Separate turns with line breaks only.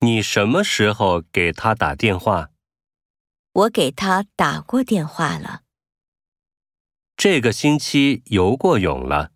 你什么时候给他打电话？
我给他打过电话了。
这个星期游过泳了。